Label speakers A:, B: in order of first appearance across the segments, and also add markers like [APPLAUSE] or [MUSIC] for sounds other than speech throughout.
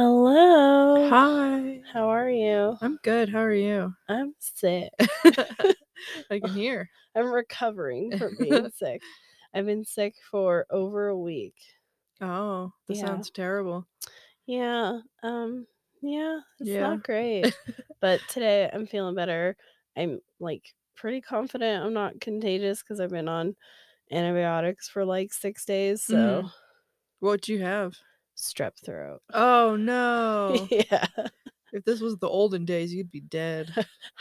A: Hello.
B: Hi.
A: How are you?
B: I'm good. How
A: [LAUGHS]
B: are you? [LAUGHS]
A: I'm sick.
B: I can hear.
A: I'm
B: [LAUGHS]
A: recovering from being sick. I've been sick for over a week.
B: Oh, this
A: Yeah.
B: sounds terrible.
A: Yeah. Um yeah, it's
B: Yeah.
A: not great.
B: [LAUGHS]
A: but today I'm feeling better. I'm like pretty confident I'm not contagious cuz I've been on antibiotics for like 6 days, so
B: Mhm. What'd you have?
A: strep throat. [LAUGHS]
B: Oh no.
A: yeah.
B: if this was the olden days, you'd be
A: [LAUGHS]
B: dead.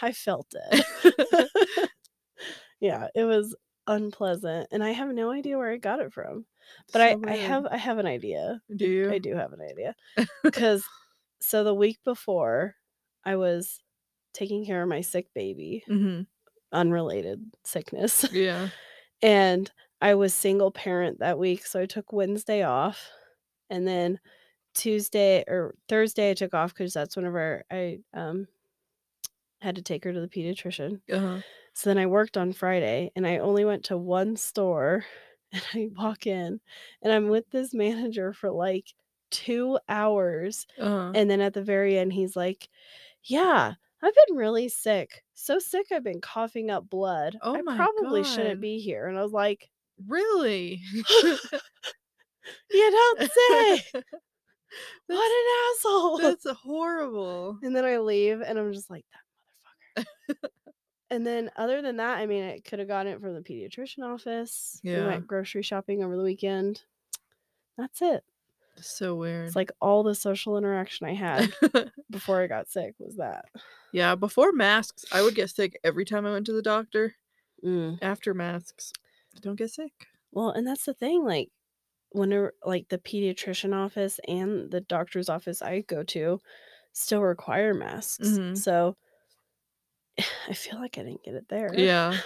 A: I felt it.
B: [LAUGHS]
A: [LAUGHS] yeah, it was unpleasant and I have no idea where I got it from. but I,
B: So
A: I
B: weird.
A: have I have an idea.
B: Do you?
A: I do have an idea
B: [LAUGHS]
A: because so the week before I was taking care of my sick baby,
B: hmm
A: unrelated sickness,
B: Yeah.
A: [LAUGHS] and I was single parent that week, so I took Wednesday off, and then Tuesday or Thursday I took off because that's whenever I um had to take her to the pediatrician.
B: Uh-huh.
A: So then I worked on Friday and I only went to one store [LAUGHS] and I walk in and I'm with this manager for like two hours.
B: Uh-huh.
A: And then at the very end, he's like, Yeah, I've been really sick. So sick, I've been coughing up blood.
B: Oh
A: I
B: my
A: probably shouldn't
B: God.
A: be here. And I was
B: [LAUGHS]
A: like,
B: really? [LAUGHS]
A: You don't say. [LAUGHS]
B: That's-
A: what an asshole.
B: [LAUGHS] That's horrible.
A: And then I leave and I'm just like, that motherfucker.
B: [LAUGHS]
A: and then other than that, I mean, I could have gotten it from the pediatrician office. We
B: Yeah.
A: went grocery shopping over the weekend. That's it.
B: So weird.
A: It's like all the social interaction I had before I got sick was that.
B: [LAUGHS] yeah, before masks, I would get sick every time I went to the doctor.
A: Mm.
B: After masks, I don't get sick.
A: Well, and that's the thing. Like, whenever, like, the pediatrician office and the doctor's office I go to still require masks.
B: Mhm.
A: So [SIGHS] I feel like I didn't get it there.
B: Yeah.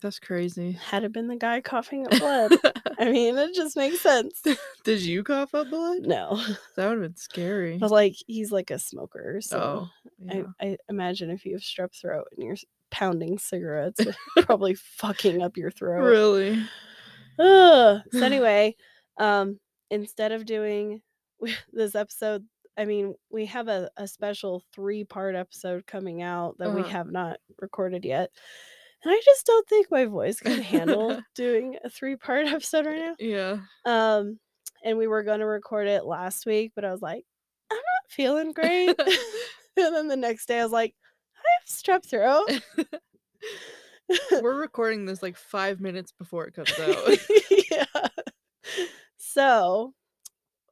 B: That's crazy.
A: Had it been the guy coughing
B: [LAUGHS]
A: up blood, I mean, it just makes sense.
B: Did you cough up blood? [LAUGHS]
A: No,
B: That would have been scary.
A: but like he's like a smoker, so
B: oh, yeah.
A: I, I imagine if you have strep throat and you're s- pounding cigarettes, [LAUGHS]
B: [LAUGHS]
A: it's probably fucking up your throat.
B: really? [LAUGHS]
A: Ugh. [SIGHS] So anyway, um, instead of doing [LAUGHS] this episode, I mean, we have a, a special three part episode coming out that we
B: Uh-huh.
A: have not recorded yet. And I just don't think my voice can
B: [LAUGHS]
A: handle doing a three part [LAUGHS] episode right now.
B: Yeah.
A: um and we were going to record it last week but i was like i'm not feeling great [LAUGHS] and then the next day i was like i have strep throat
B: We're recording this like five minutes before it comes out.
A: [LAUGHS]
B: [LAUGHS]
A: yeah so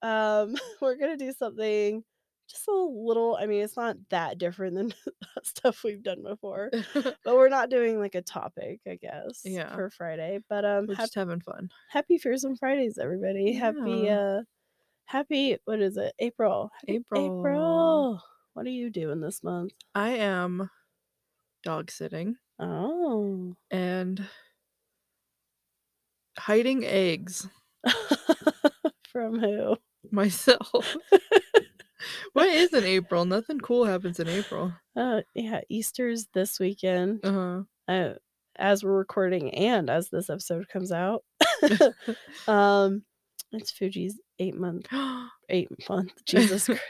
A: um [LAUGHS] we're going to do something just a little i mean it's not that different than [LAUGHS] stuff we've done before but we're not doing like a topic i guess
B: Yeah.
A: for friday but um
B: We're
A: happy,
B: just having fun.
A: happy fearsome fridays everybody happy
B: Yeah.
A: uh happy what is it april happy
B: April.
A: April. What are you doing this month?
B: I am dog sitting
A: Oh. [LAUGHS]
B: and hiding eggs [LAUGHS]
A: From who?
B: [LAUGHS] myself. what is in April? Nothing cool happens in April.
A: Uh, yeah, Easter's this weekend.
B: Uh-huh. [GASPS]
A: Uh, as we're recording and as this episode comes
B: [LAUGHS]
A: out, [LAUGHS] um, it's Fuji's eight month, eight month,
B: [LAUGHS]
A: Jesus Christ,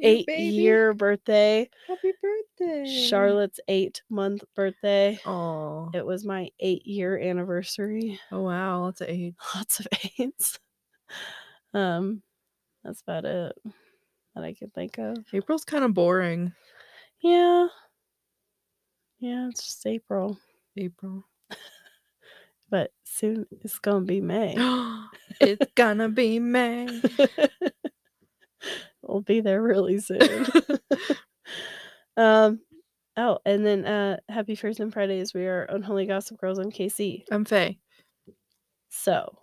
A: eight year birthday.
B: Happy birthday.
A: Charlotte's eight month birthday.
B: Oh.
A: It was my eight year anniversary. [LAUGHS]
B: Oh wow, that's an eight.
A: lots of AIDS. Um, that's about it that I can think of.
B: April's kind of boring.
A: Yeah, yeah, it's just April,
B: April.
A: but soon it's gonna be May.
B: [GASPS]
A: [LAUGHS]
B: it's [LAUGHS] gonna be May.
A: we'll be there really soon.
B: [LAUGHS]
A: um, oh, and then uh, Happy First and Fridays. We are Unholy Gossip Girls on KC.
B: [LAUGHS] I'm Faye.
A: So,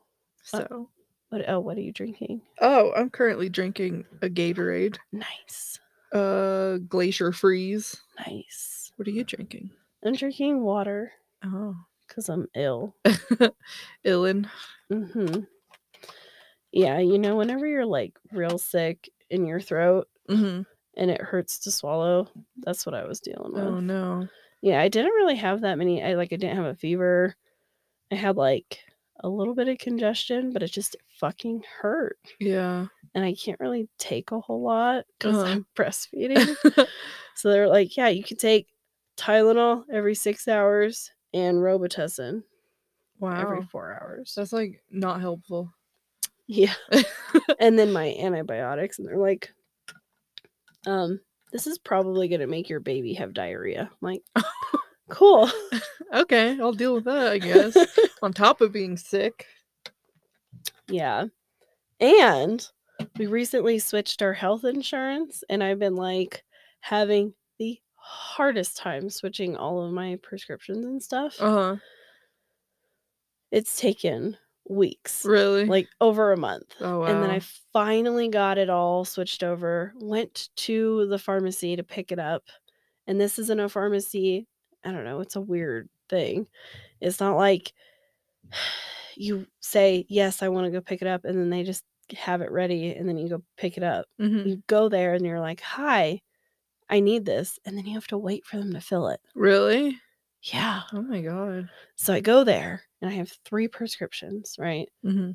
B: So.
A: what? Oh, what are you drinking?
B: Uh, Oh, I'm currently drinking a Gatorade.
A: Nice,
B: Uh, Glacier Freeze.
A: nice.
B: What are you drinking?
A: I'm drinking water
B: Oh,
A: because I'm ill.
B: [LAUGHS] Illin.
A: Mm-hmm. Yeah, you know, whenever you're like real sick in your throat
B: hmm
A: and it hurts to swallow, that's what I was dealing with.
B: Oh no.
A: Yeah, I didn't really have that many. I like, I didn't have a fever. I had like a little bit of congestion, but it just fucking hurt.
B: [LAUGHS] Yeah.
A: And I can't really take a whole lot because
B: Uh-huh.
A: I'm [LAUGHS] breastfeeding. so they were like, yeah, you can take Tylenol every six hours and Robitussin
B: wow.
A: every four hours.
B: That's like not helpful.
A: Yeah. and then my antibiotics. And they're like, um, this is probably going to make your baby have diarrhea. I'm like, cool.
B: okay, I'll deal with that, I [LAUGHS] guess. On top of being sick.
A: Yeah. And we recently switched our health insurance, and I've been like having the hardest time switching all of my prescriptions and stuff.
B: Uh huh.
A: It's taken weeks,
B: Really?
A: like over a month.
B: oh wow.
A: And then I finally got it all switched over, went to the pharmacy to pick it up. And this isn't a pharmacy. I don't know. It's a weird thing. It's not like [SIGHS] you say, Yes, I want to go pick it up. And then they just have it ready. And then you go pick it up.
B: Mhm.
A: You go there and you're like, Hi, I need this. And then you have to wait for them to fill it.
B: Really?
A: Yeah.
B: Oh my god.
A: So I go there and I have three prescriptions, right?
B: hmm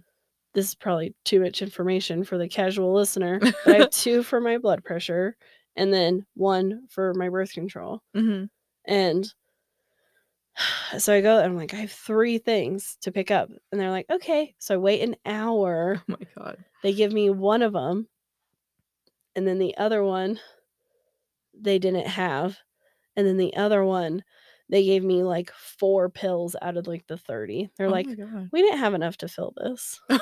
A: this is probably too much information for the casual listener, but I have two for my blood pressure and then one for my birth control.
B: hmm
A: And [SIGHS] so I go, I'm like, I have three things to pick up. And they're like, okay. So I wait an hour.
B: Oh my god.
A: They give me one of them. And then the other one they didn't have. And then the other one they gave me like four pills out of like the 30. They're
B: oh
A: like,
B: my god.
A: we didn't have enough to fill this. I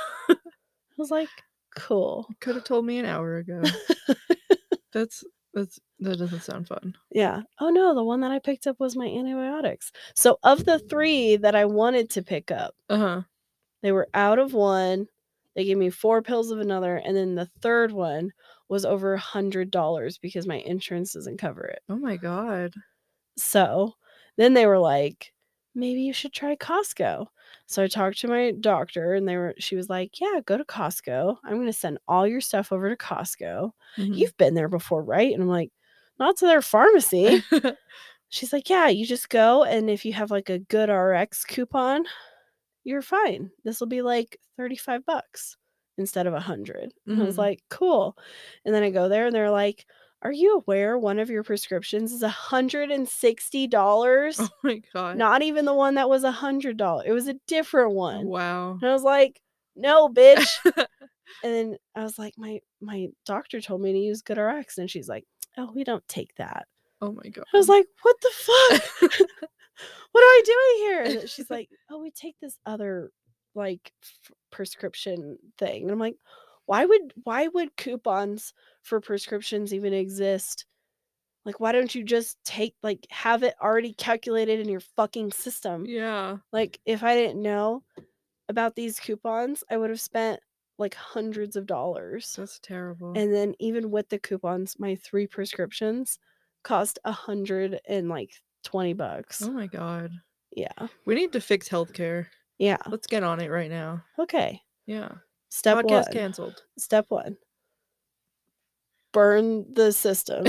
A: was like, cool.
B: Could have told me an hour
A: [LAUGHS]
B: ago. that's that's that doesn't sound fun.
A: Yeah. Oh no, the one that I picked up was my antibiotics. So of the three that I wanted to pick up,
B: Uh huh.
A: they were out of one. They gave me four pills of another, and then the third one was over a hundred dollars because my insurance doesn't cover it.
B: Oh my god.
A: So then they were like, maybe you should try Costco. So I talked to my doctor and they were she was like, Yeah, go to Costco. I'm gonna send all your stuff over to Costco.
B: Mm-hmm. [LAUGHS]
A: You've been there before, right? And I'm like, not to their
B: [LAUGHS]
A: pharmacy.
B: Mhm.
A: She's like, Yeah, you just go and if you have like a good RX coupon, you're fine. This will be like 35 bucks instead of a 100 And I was
B: Mhm.
A: like, cool. And then I go there and they're like, Are you aware one of your prescriptions is a $160?
B: oh my god.
A: Not even the one that was a hundred dollar. It was a different one.
B: Wow.
A: And I was like, no, bitch. and then I was like, my my doctor told me to use GoodRx. And she's like, Oh, we don't take that.
B: Oh my god.
A: I was like, what the fuck? [LAUGHS] what am I doing here? And then she's like, oh, we take this other like f- prescription thing. And I'm like, why would why would coupons for prescriptions even exist? Like, why don't you just take like have it already calculated in your fucking system?
B: Yeah.
A: Like, if I didn't know about these coupons, I would have spent like hundreds of dollars.
B: That's terrible.
A: And then even with the coupons, my three prescriptions cost a hundred and like twenty bucks.
B: oh my god.
A: Yeah.
B: We need to fix healthcare.
A: Yeah.
B: Let's get on it right now.
A: Okay.
B: Yeah.
A: Oh. Step
B: Podcast
A: one. [LAUGHS]
B: canceled.
A: Step one. Burn
B: [LAUGHS]
A: the system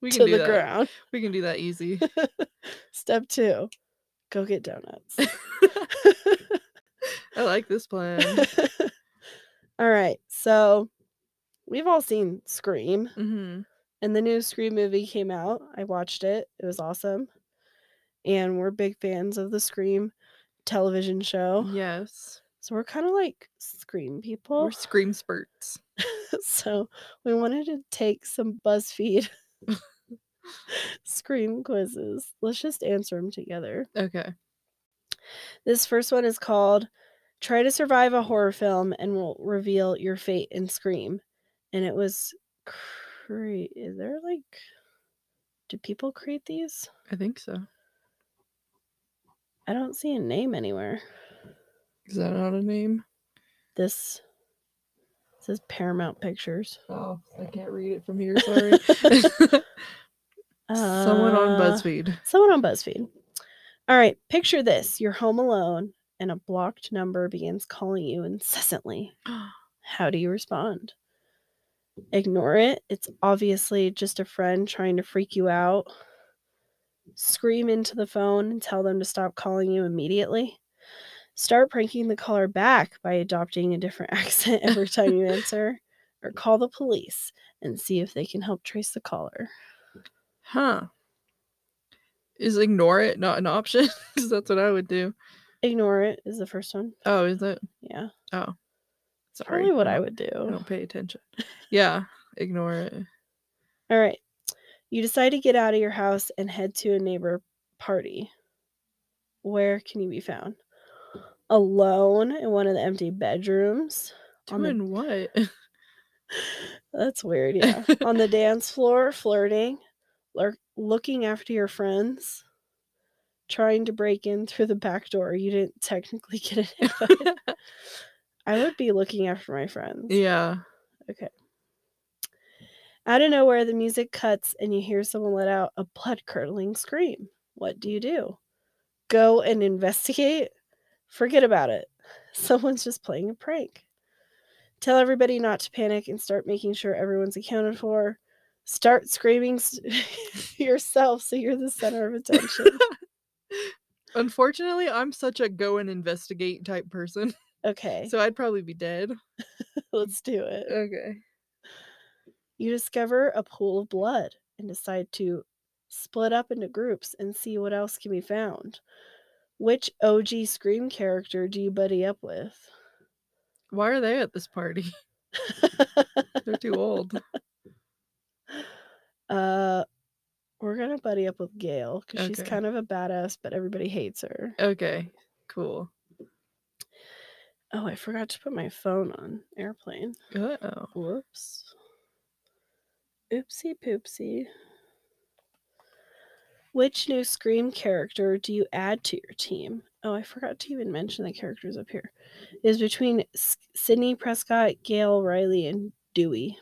B: We can
A: to
B: do
A: the
B: that.
A: ground.
B: We can do that
A: [LAUGHS]
B: easy.
A: Step two. Go get
B: [LAUGHS]
A: donuts. [LAUGHS]
B: I like this
A: [LAUGHS]
B: plan.
A: all right. So we've all seen Scream.
B: hmm
A: And the new Scream movie came out. I watched it. It was awesome. And we're big fans of the Scream television
B: Mm.
A: show.
B: Yes.
A: So we're kind of like Scream people.
B: We're scream spurts.
A: [LAUGHS] so we wanted to take some BuzzFeed [LAUGHS] Scream quizzes. Let's just answer them together.
B: Okay.
A: This first one is called Try to Survive a Horror Film and Will Reveal Your Fate in Scream. And it was. Cre- is there like. Do people create these?
B: I think so.
A: I don't see a name anywhere.
B: Is that not a name?
A: This it says Paramount Pictures.
B: Oh, I can't read it from here.
A: [LAUGHS]
B: Sorry. Someone
A: Uh,
B: on BuzzFeed. [GASPS]
A: Someone on BuzzFeed. All right, picture this. You're home alone and a blocked number begins calling you incessantly. How do you respond? Ignore it. It's obviously just a friend trying to freak you out. Scream into the phone and tell them to stop calling you immediately. Start pranking the caller back by adopting a different [LAUGHS] accent every time you answer, or call the police and see if they can help trace the caller.
B: Huh. Is ignore it not an option? [LAUGHS] Because that's what I would do.
A: Ignore it is the first one.
B: Oh, is it?
A: Yeah.
B: Sorry.
A: Probably what I
B: don't-
A: would do.
B: I don't pay
A: [LAUGHS]
B: attention. Yeah. Ignore it.
A: All right. You decide to get out of your house and head to a neighbor party. Where can you be found? Alone in one of the empty bedrooms. On the- [LAUGHS]
B: Doing what? [LAUGHS]
A: That's weird. Yeah. On the dance floor, flirting, lurk- looking after your friends, trying to break in through the back door. You didn't technically [LAUGHS] get it. in, but I would be looking after my friends.
B: yeah.
A: Out of nowhere, the music cuts and you hear someone let out a blood curdling scream. What do you do? Go and investigate? Forget about it. [LAUGHS] Someone's just playing a prank. Tell everybody not to panic and start making sure everyone's accounted for. Start screaming s- [LAUGHS] yourself so you're the center of attention.
B: Unfortunately, I'm such a go and investigate type person.
A: Okay,
B: So I'd probably be dead.
A: [LAUGHS] let's do it.
B: Okay.
A: You discover a pool of blood and decide to split up into groups and see what else can be found. Which OG Scream character do you buddy up with?
B: Why are they at this party? [LAUGHS]
A: [LAUGHS]
B: They're too old.
A: uh, we're gonna buddy up with Gail because she's
B: Okay.
A: kind of a badass, but everybody hates her.
B: Okay. Cool.
A: Oh, I forgot to put my phone on airplane.
B: Uh-oh.
A: Whoops. Oopsie poopsie. Which new Scream character do you add to your team? Oh, I forgot to even mention the characters up here. It is between S- Sydney Prescott, Gail Riley, and Dewey.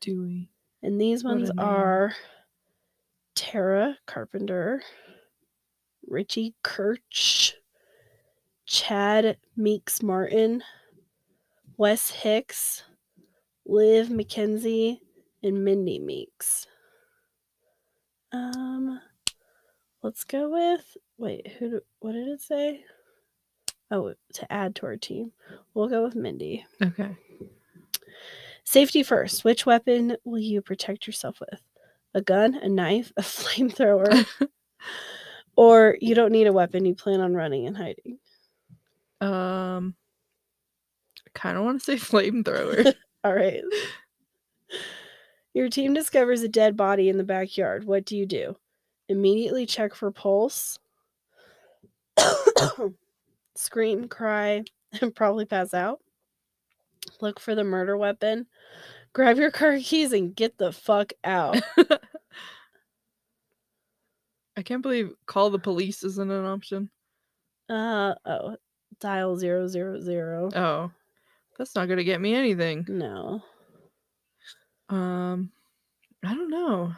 B: Dewey.
A: And these
B: What a
A: ones
B: name.
A: are Tara Carpenter, Richie Kirch, Chad Meeks Martin, Wes Hicks, Liv McKenzie, and Mindy Meeks. Um, let's go with wait. Who? Do, what did it say? Oh, to add to our team, we'll go with Mindy.
B: Okay.
A: Safety first. Which weapon will you protect yourself with? A gun, a knife, a [LAUGHS] flamethrower, or you don't need a weapon, you plan on running and hiding.
B: Um I kinda wanna say [LAUGHS] flamethrower.
A: All right. Your team discovers a dead body in the backyard. What do you do? Immediately check for pulse, [COUGHS] scream, cry, [LAUGHS] and probably pass out. Look for the murder weapon, grab your car keys, and get the fuck out.
B: I can't believe call the police isn't an option.
A: Uh oh, dial zero zero zero.
B: Oh. That's not gonna get me anything.
A: No,
B: Um I don't know.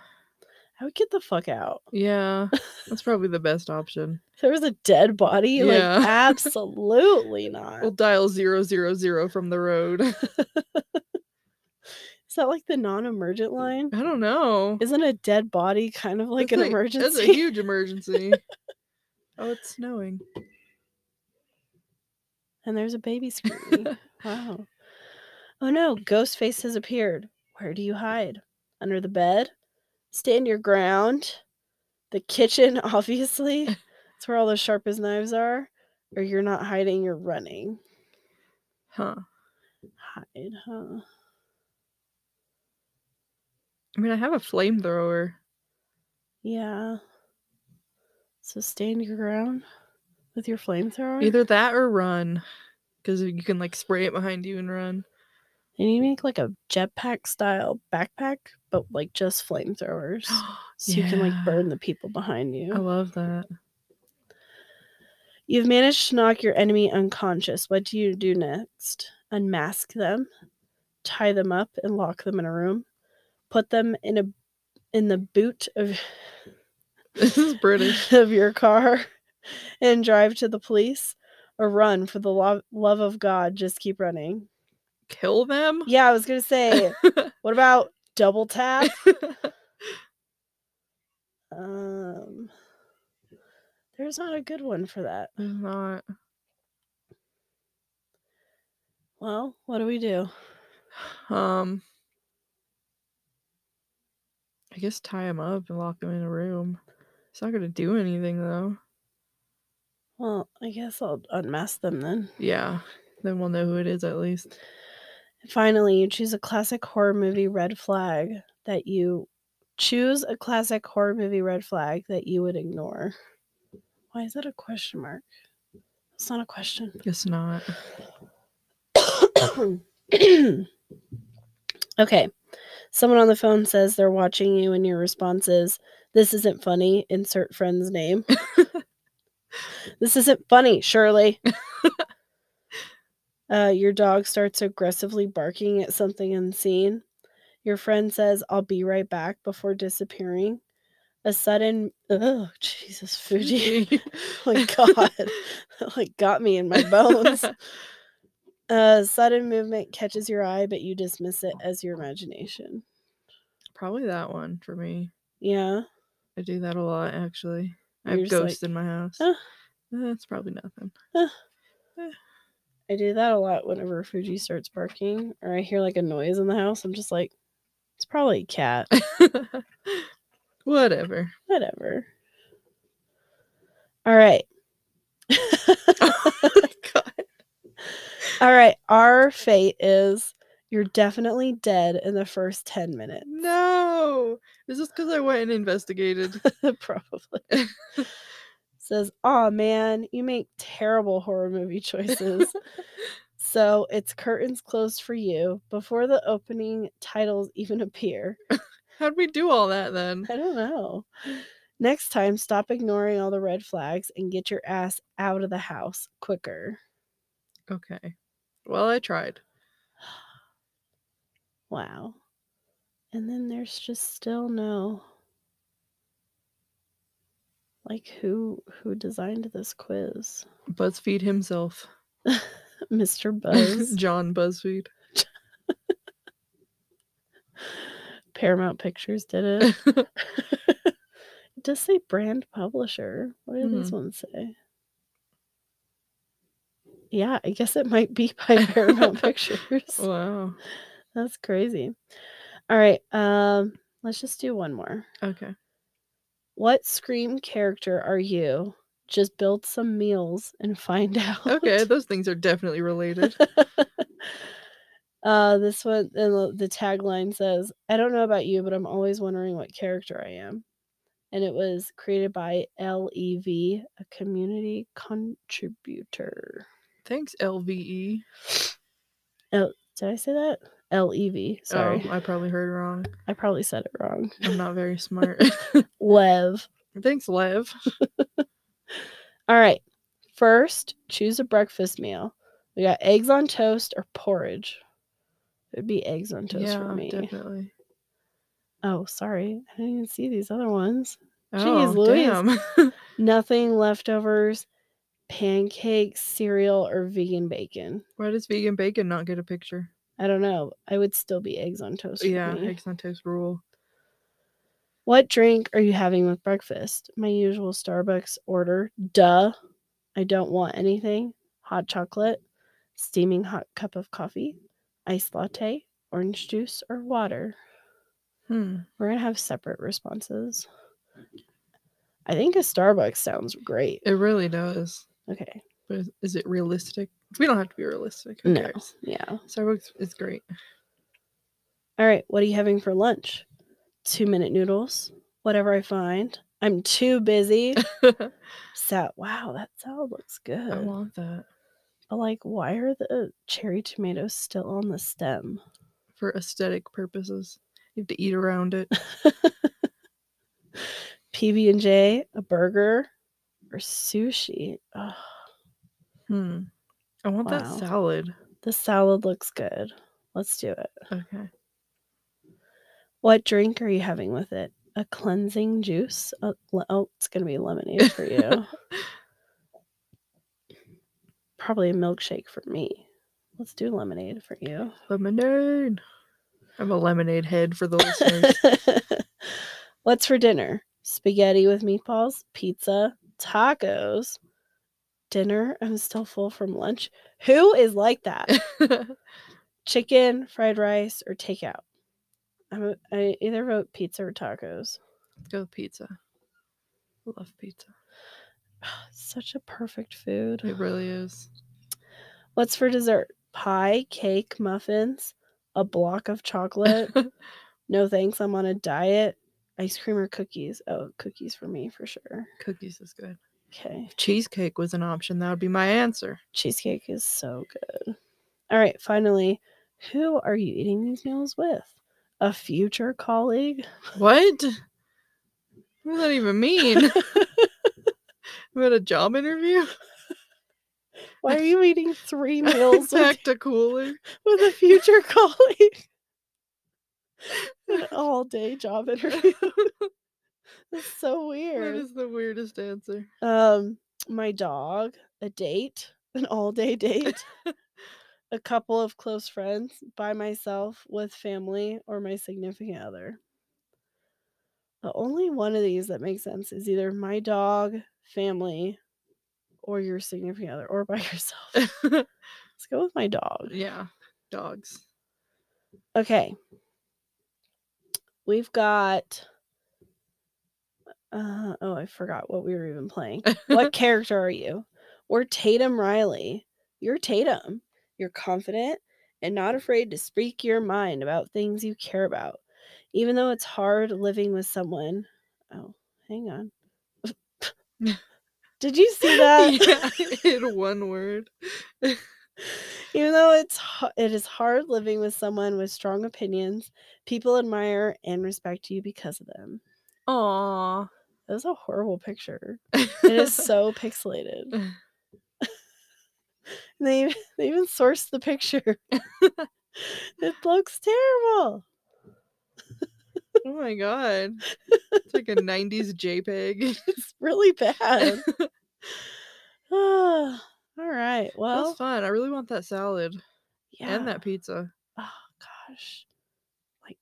A: I would get the fuck out.
B: Yeah. That's probably the best
A: [LAUGHS]
B: option.
A: If there was a dead body,
B: Yeah. [LAUGHS]
A: like absolutely not.
B: We'll dial zero zero zero from the road. [LAUGHS]
A: Is that like the
B: Mm.
A: non-emergent line?
B: I don't know.
A: Isn't a dead body kind of like
B: That's
A: an
B: That's a
A: emergency?
B: huge emergency. oh, it's snowing.
A: [LAUGHS] and there's a
B: [LAUGHS]
A: baby screaming. wow. Oh no, Ghostface has appeared. Where do you hide? Under the bed? Stand your ground? The kitchen, [LAUGHS]
B: [LAUGHS]
A: obviously. It's where all the sharpest knives are. Or you're not hiding, you're running.
B: Huh.
A: Hide, huh?
B: I mean, I have a flamethrower.
A: Yeah. So stand your ground with your flamethrower.
B: Either that or run. Because you can like spray it behind you and run. [GASPS]
A: And you make like a jetpack style backpack, but like just
B: [GASPS]
A: flamethrowers. So you can like
B: Yeah. Oh.
A: burn the people behind you.
B: I love that.
A: You've managed to knock your enemy unconscious. What do you do next? Unmask them, tie them up and lock them in a room. Put them in a in the boot of
B: [LAUGHS] This is
A: [LAUGHS]
B: British.
A: of your car and drive to the police or run for the lo- love of God, just keep running.
B: Kill them? [LAUGHS]
A: Yeah, I was going to say, what about double tap? Um, there's not a good one for that.
B: There's not.
A: Well, what do we do?
B: Um, I guess tie him up and lock him in a room. It's not gonna do anything though.
A: Well, I guess I'll unmask them then.
B: Yeah, then we'll know who it is at least.
A: Finally, you choose a classic horror movie red flag that you choose a classic horror movie red flag that you would ignore. Why is that a question mark? It's not a question. [LAUGHS]
B: It's not.
A: [COUGHS] okay. Someone on the phone says they're watching you, and your response is, This isn't funny. Insert friend's name. this isn't funny, Shirley. uh, your dog starts aggressively barking at something unseen. Your friend says, I'll be right back before disappearing. A sudden, oh, Jesus,
B: [LAUGHS]
A: Fuji. [LAUGHS] Oh my God. [LAUGHS] that, like got me in my bones. A sudden movement catches your eye, but you dismiss it as your imagination.
B: Probably that one for me.
A: Yeah.
B: I do that a lot actually. I
A: You're
B: have
A: just like,
B: ghosts in my house.
A: "Huh?
B: That's probably nothing.
A: [LAUGHS]
B: [LAUGHS]
A: I do that a lot whenever Fuji starts barking or I hear like a noise in the house. I'm just like, it's probably a cat. [LAUGHS]
B: Whatever.
A: Whatever. All right. Oh
B: God.
A: All right. Our fate is you're definitely dead in the first 10 minutes.
B: No. Is this because I went and investigated?
A: [LAUGHS] Probably. Says, oh man, you make terrible horror movie choices. So it's curtains closed for you before the opening titles even appear.
B: How'd we do all that then?
A: I don't know. Next time, stop ignoring all the red flags and get your ass out of the house quicker.
B: Okay. Well, I tried.
A: Wow. And then there's just still no like who who designed this quiz? [LAUGHS]
B: BuzzFeed himself. [LAUGHS]
A: Mr. Buzz, [LAUGHS]
B: John BuzzFeed.
A: Paramount Pictures did
B: [LAUGHS]
A: it. It does say brand publisher. What do these ones say? Yeah, I guess it might be by Paramount Pictures.
B: wow.
A: That's crazy. All right, um, let's just do one more.
B: Okay.
A: What Scream character are you? Just build some meals and find [LAUGHS] out.
B: Okay. Those things are
A: [LAUGHS]
B: definitely related.
A: uh, this one, and the, the tagline says, I don't know about you, but I'm always wondering what character I am. And it was created by LEV, a community contributor.
B: Thanks, E. LVE.
A: Did I say that? LEV. Sorry.
B: Oh, I probably heard wrong.
A: I probably said it wrong.
B: I'm not
A: [LAUGHS]
B: very smart. [LAUGHS]
A: Lev.
B: Thanks, Lev.
A: All right. First, choose a breakfast meal. We got eggs on toast or porridge. It'd be eggs on toast for me.
B: definitely.
A: Oh, sorry. I didn't even see these other ones.
B: Jeez,
A: Louise.
B: Louise.
A: Nothing leftovers, pancakes, cereal, or vegan bacon.
B: [LAUGHS] Why does vegan bacon not get a picture?
A: I don't know. I would still be eggs on toast. for
B: Yeah,
A: me.
B: eggs on toast rule.
A: What drink are you having with breakfast? My usual Starbucks order. Duh. I don't want anything. Hot chocolate, steaming hot cup of coffee, iced latte, orange juice, or water.
B: Hmm.
A: We're going to have separate responses. I think a Starbucks sounds great.
B: It really does.
A: Okay.
B: But is, is it realistic? We don't have to be realistic. Who
A: No.
B: cares?
A: Yeah.
B: Starbucks is great. [LAUGHS]
A: All right. What are you having for lunch? Two minute noodles, whatever I find. I'm too busy.
B: I
A: Sal- wow, that salad looks good.
B: want that
A: But like, why are the cherry tomatoes still on the stem?
B: for aesthetic purposes. You have to eat around it.
A: PB and J, a burger, or sushi? Ugh,
B: Hmm. I want
A: Wow.
B: that salad.
A: the salad looks good. Let's do it.
B: Okay.
A: What drink are you having with it? A cleansing juice? A le- oh, it's gonna be lemonade for you. Probably a milkshake for me. Let's do lemonade for you. [LAUGHS]
B: Lemonade. I'm a lemonade head for the
A: [LAUGHS]
B: listeners. [LAUGHS]
A: What's for dinner? Spaghetti with meatballs, pizza, tacos, dinner. I'm still full from lunch. Who is like that?
B: [LAUGHS]
A: Chicken, fried rice, or takeout? I'm, I either vote pizza or tacos.
B: Go with pizza. Love pizza.
A: Such a perfect food.
B: It really is.
A: What's for dessert? Pie, cake, muffins, a block of chocolate. no thanks, I'm on a diet. Ice cream or cookies? Oh, cookies for me for sure.
B: Cookies is good.
A: Okay.
B: If cheesecake was an option, that would be my answer.
A: Cheesecake is so good. All right, finally, who are you eating these meals with? A future colleague?
B: What? What does that even mean? [LAUGHS] I'm at a job interview?
A: Why are you eating three meals with,
B: [LAUGHS] Back to cooler.
A: with a future colleague? An all day job interview. [LAUGHS] That's so
B: That
A: weird.
B: is the weirdest answer. [LAUGHS]
A: Um, my dog, a date, [LAUGHS] an all day date, a couple of close friends, by myself, with family, or my significant other. The only one of these that makes sense is either my dog, family, or your significant other, or by [LAUGHS] yourself. Let's go with my dog.
B: yeah. Dogs. [LAUGHS]
A: Okay. We've got. Uh, oh, I forgot what we were even playing. what character are you? We're Tatum Riley. You're Tatum. You're confident and not afraid to speak your mind about things you care about, even though it's hard living with someone. Oh, hang on. Did you see that?
B: yeah, in one word.
A: Even though it's h- it is hard living with someone with strong opinions, people admire and respect you because of them.
B: Aww.
A: That was a horrible picture. It
B: [LAUGHS]
A: is so pixelated. [LAUGHS] They even- they even sourced the
B: [LAUGHS]
A: picture. [LAUGHS] it looks terrible.
B: Oh my god. It's like a 90s [LAUGHS] JPEG.
A: It's really
B: [LAUGHS]
A: bad. [SIGHS] Ah, All right.
B: That
A: Well,
B: was fun. I really want that salad
A: yeah.
B: and that pizza.
A: Oh gosh, like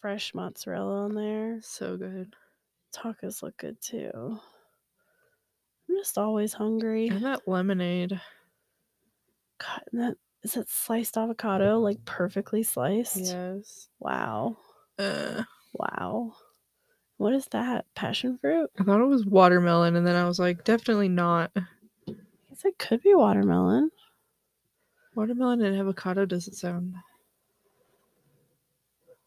A: fresh mozzarella on there.
B: So good.
A: Tacos look good too. I'm just always hungry.
B: And that lemonade.
A: God, and that is that sliced avocado like perfectly sliced.
B: Yes.
A: Wow.
B: Uh,
A: Wow. What is that? Passion fruit?
B: I thought it was watermelon, and then I was like, definitely not.
A: I guess it could be watermelon.
B: Watermelon and avocado doesn't sound.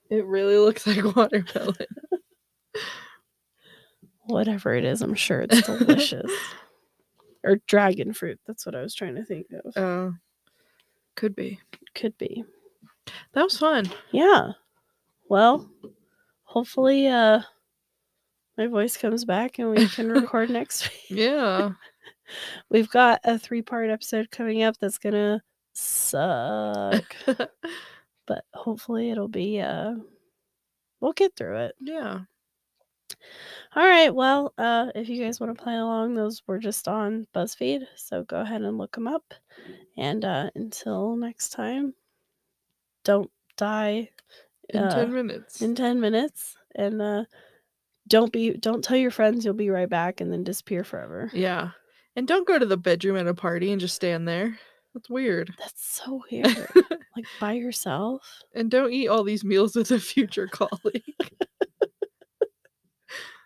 B: It really looks [LAUGHS] like watermelon.
A: Whatever it is, I'm sure it's delicious. or dragon fruit. That's what I was trying to think of.
B: uh, could be.
A: Could be.
B: That was fun.
A: Yeah. Well, hopefully uh my voice comes back and we can record next week.
B: Yeah.
A: We've got a three-part episode coming up that's going to suck. but hopefully it'll be uh we'll get through it
B: yeah.
A: all right well uh if you guys want to play along those were just on buzzfeed so go ahead and look them up and uh until next time don't die
B: In
A: Uh,
B: 10 minutes.
A: in 10 minutes and uh don't be don't tell your friends you'll be right back and then disappear forever
B: yeah. And don't go to the bedroom at a party and just stand there. That's weird.
A: that's so weird like by yourself
B: And don't eat all these meals [LAUGHS] with a future colleague.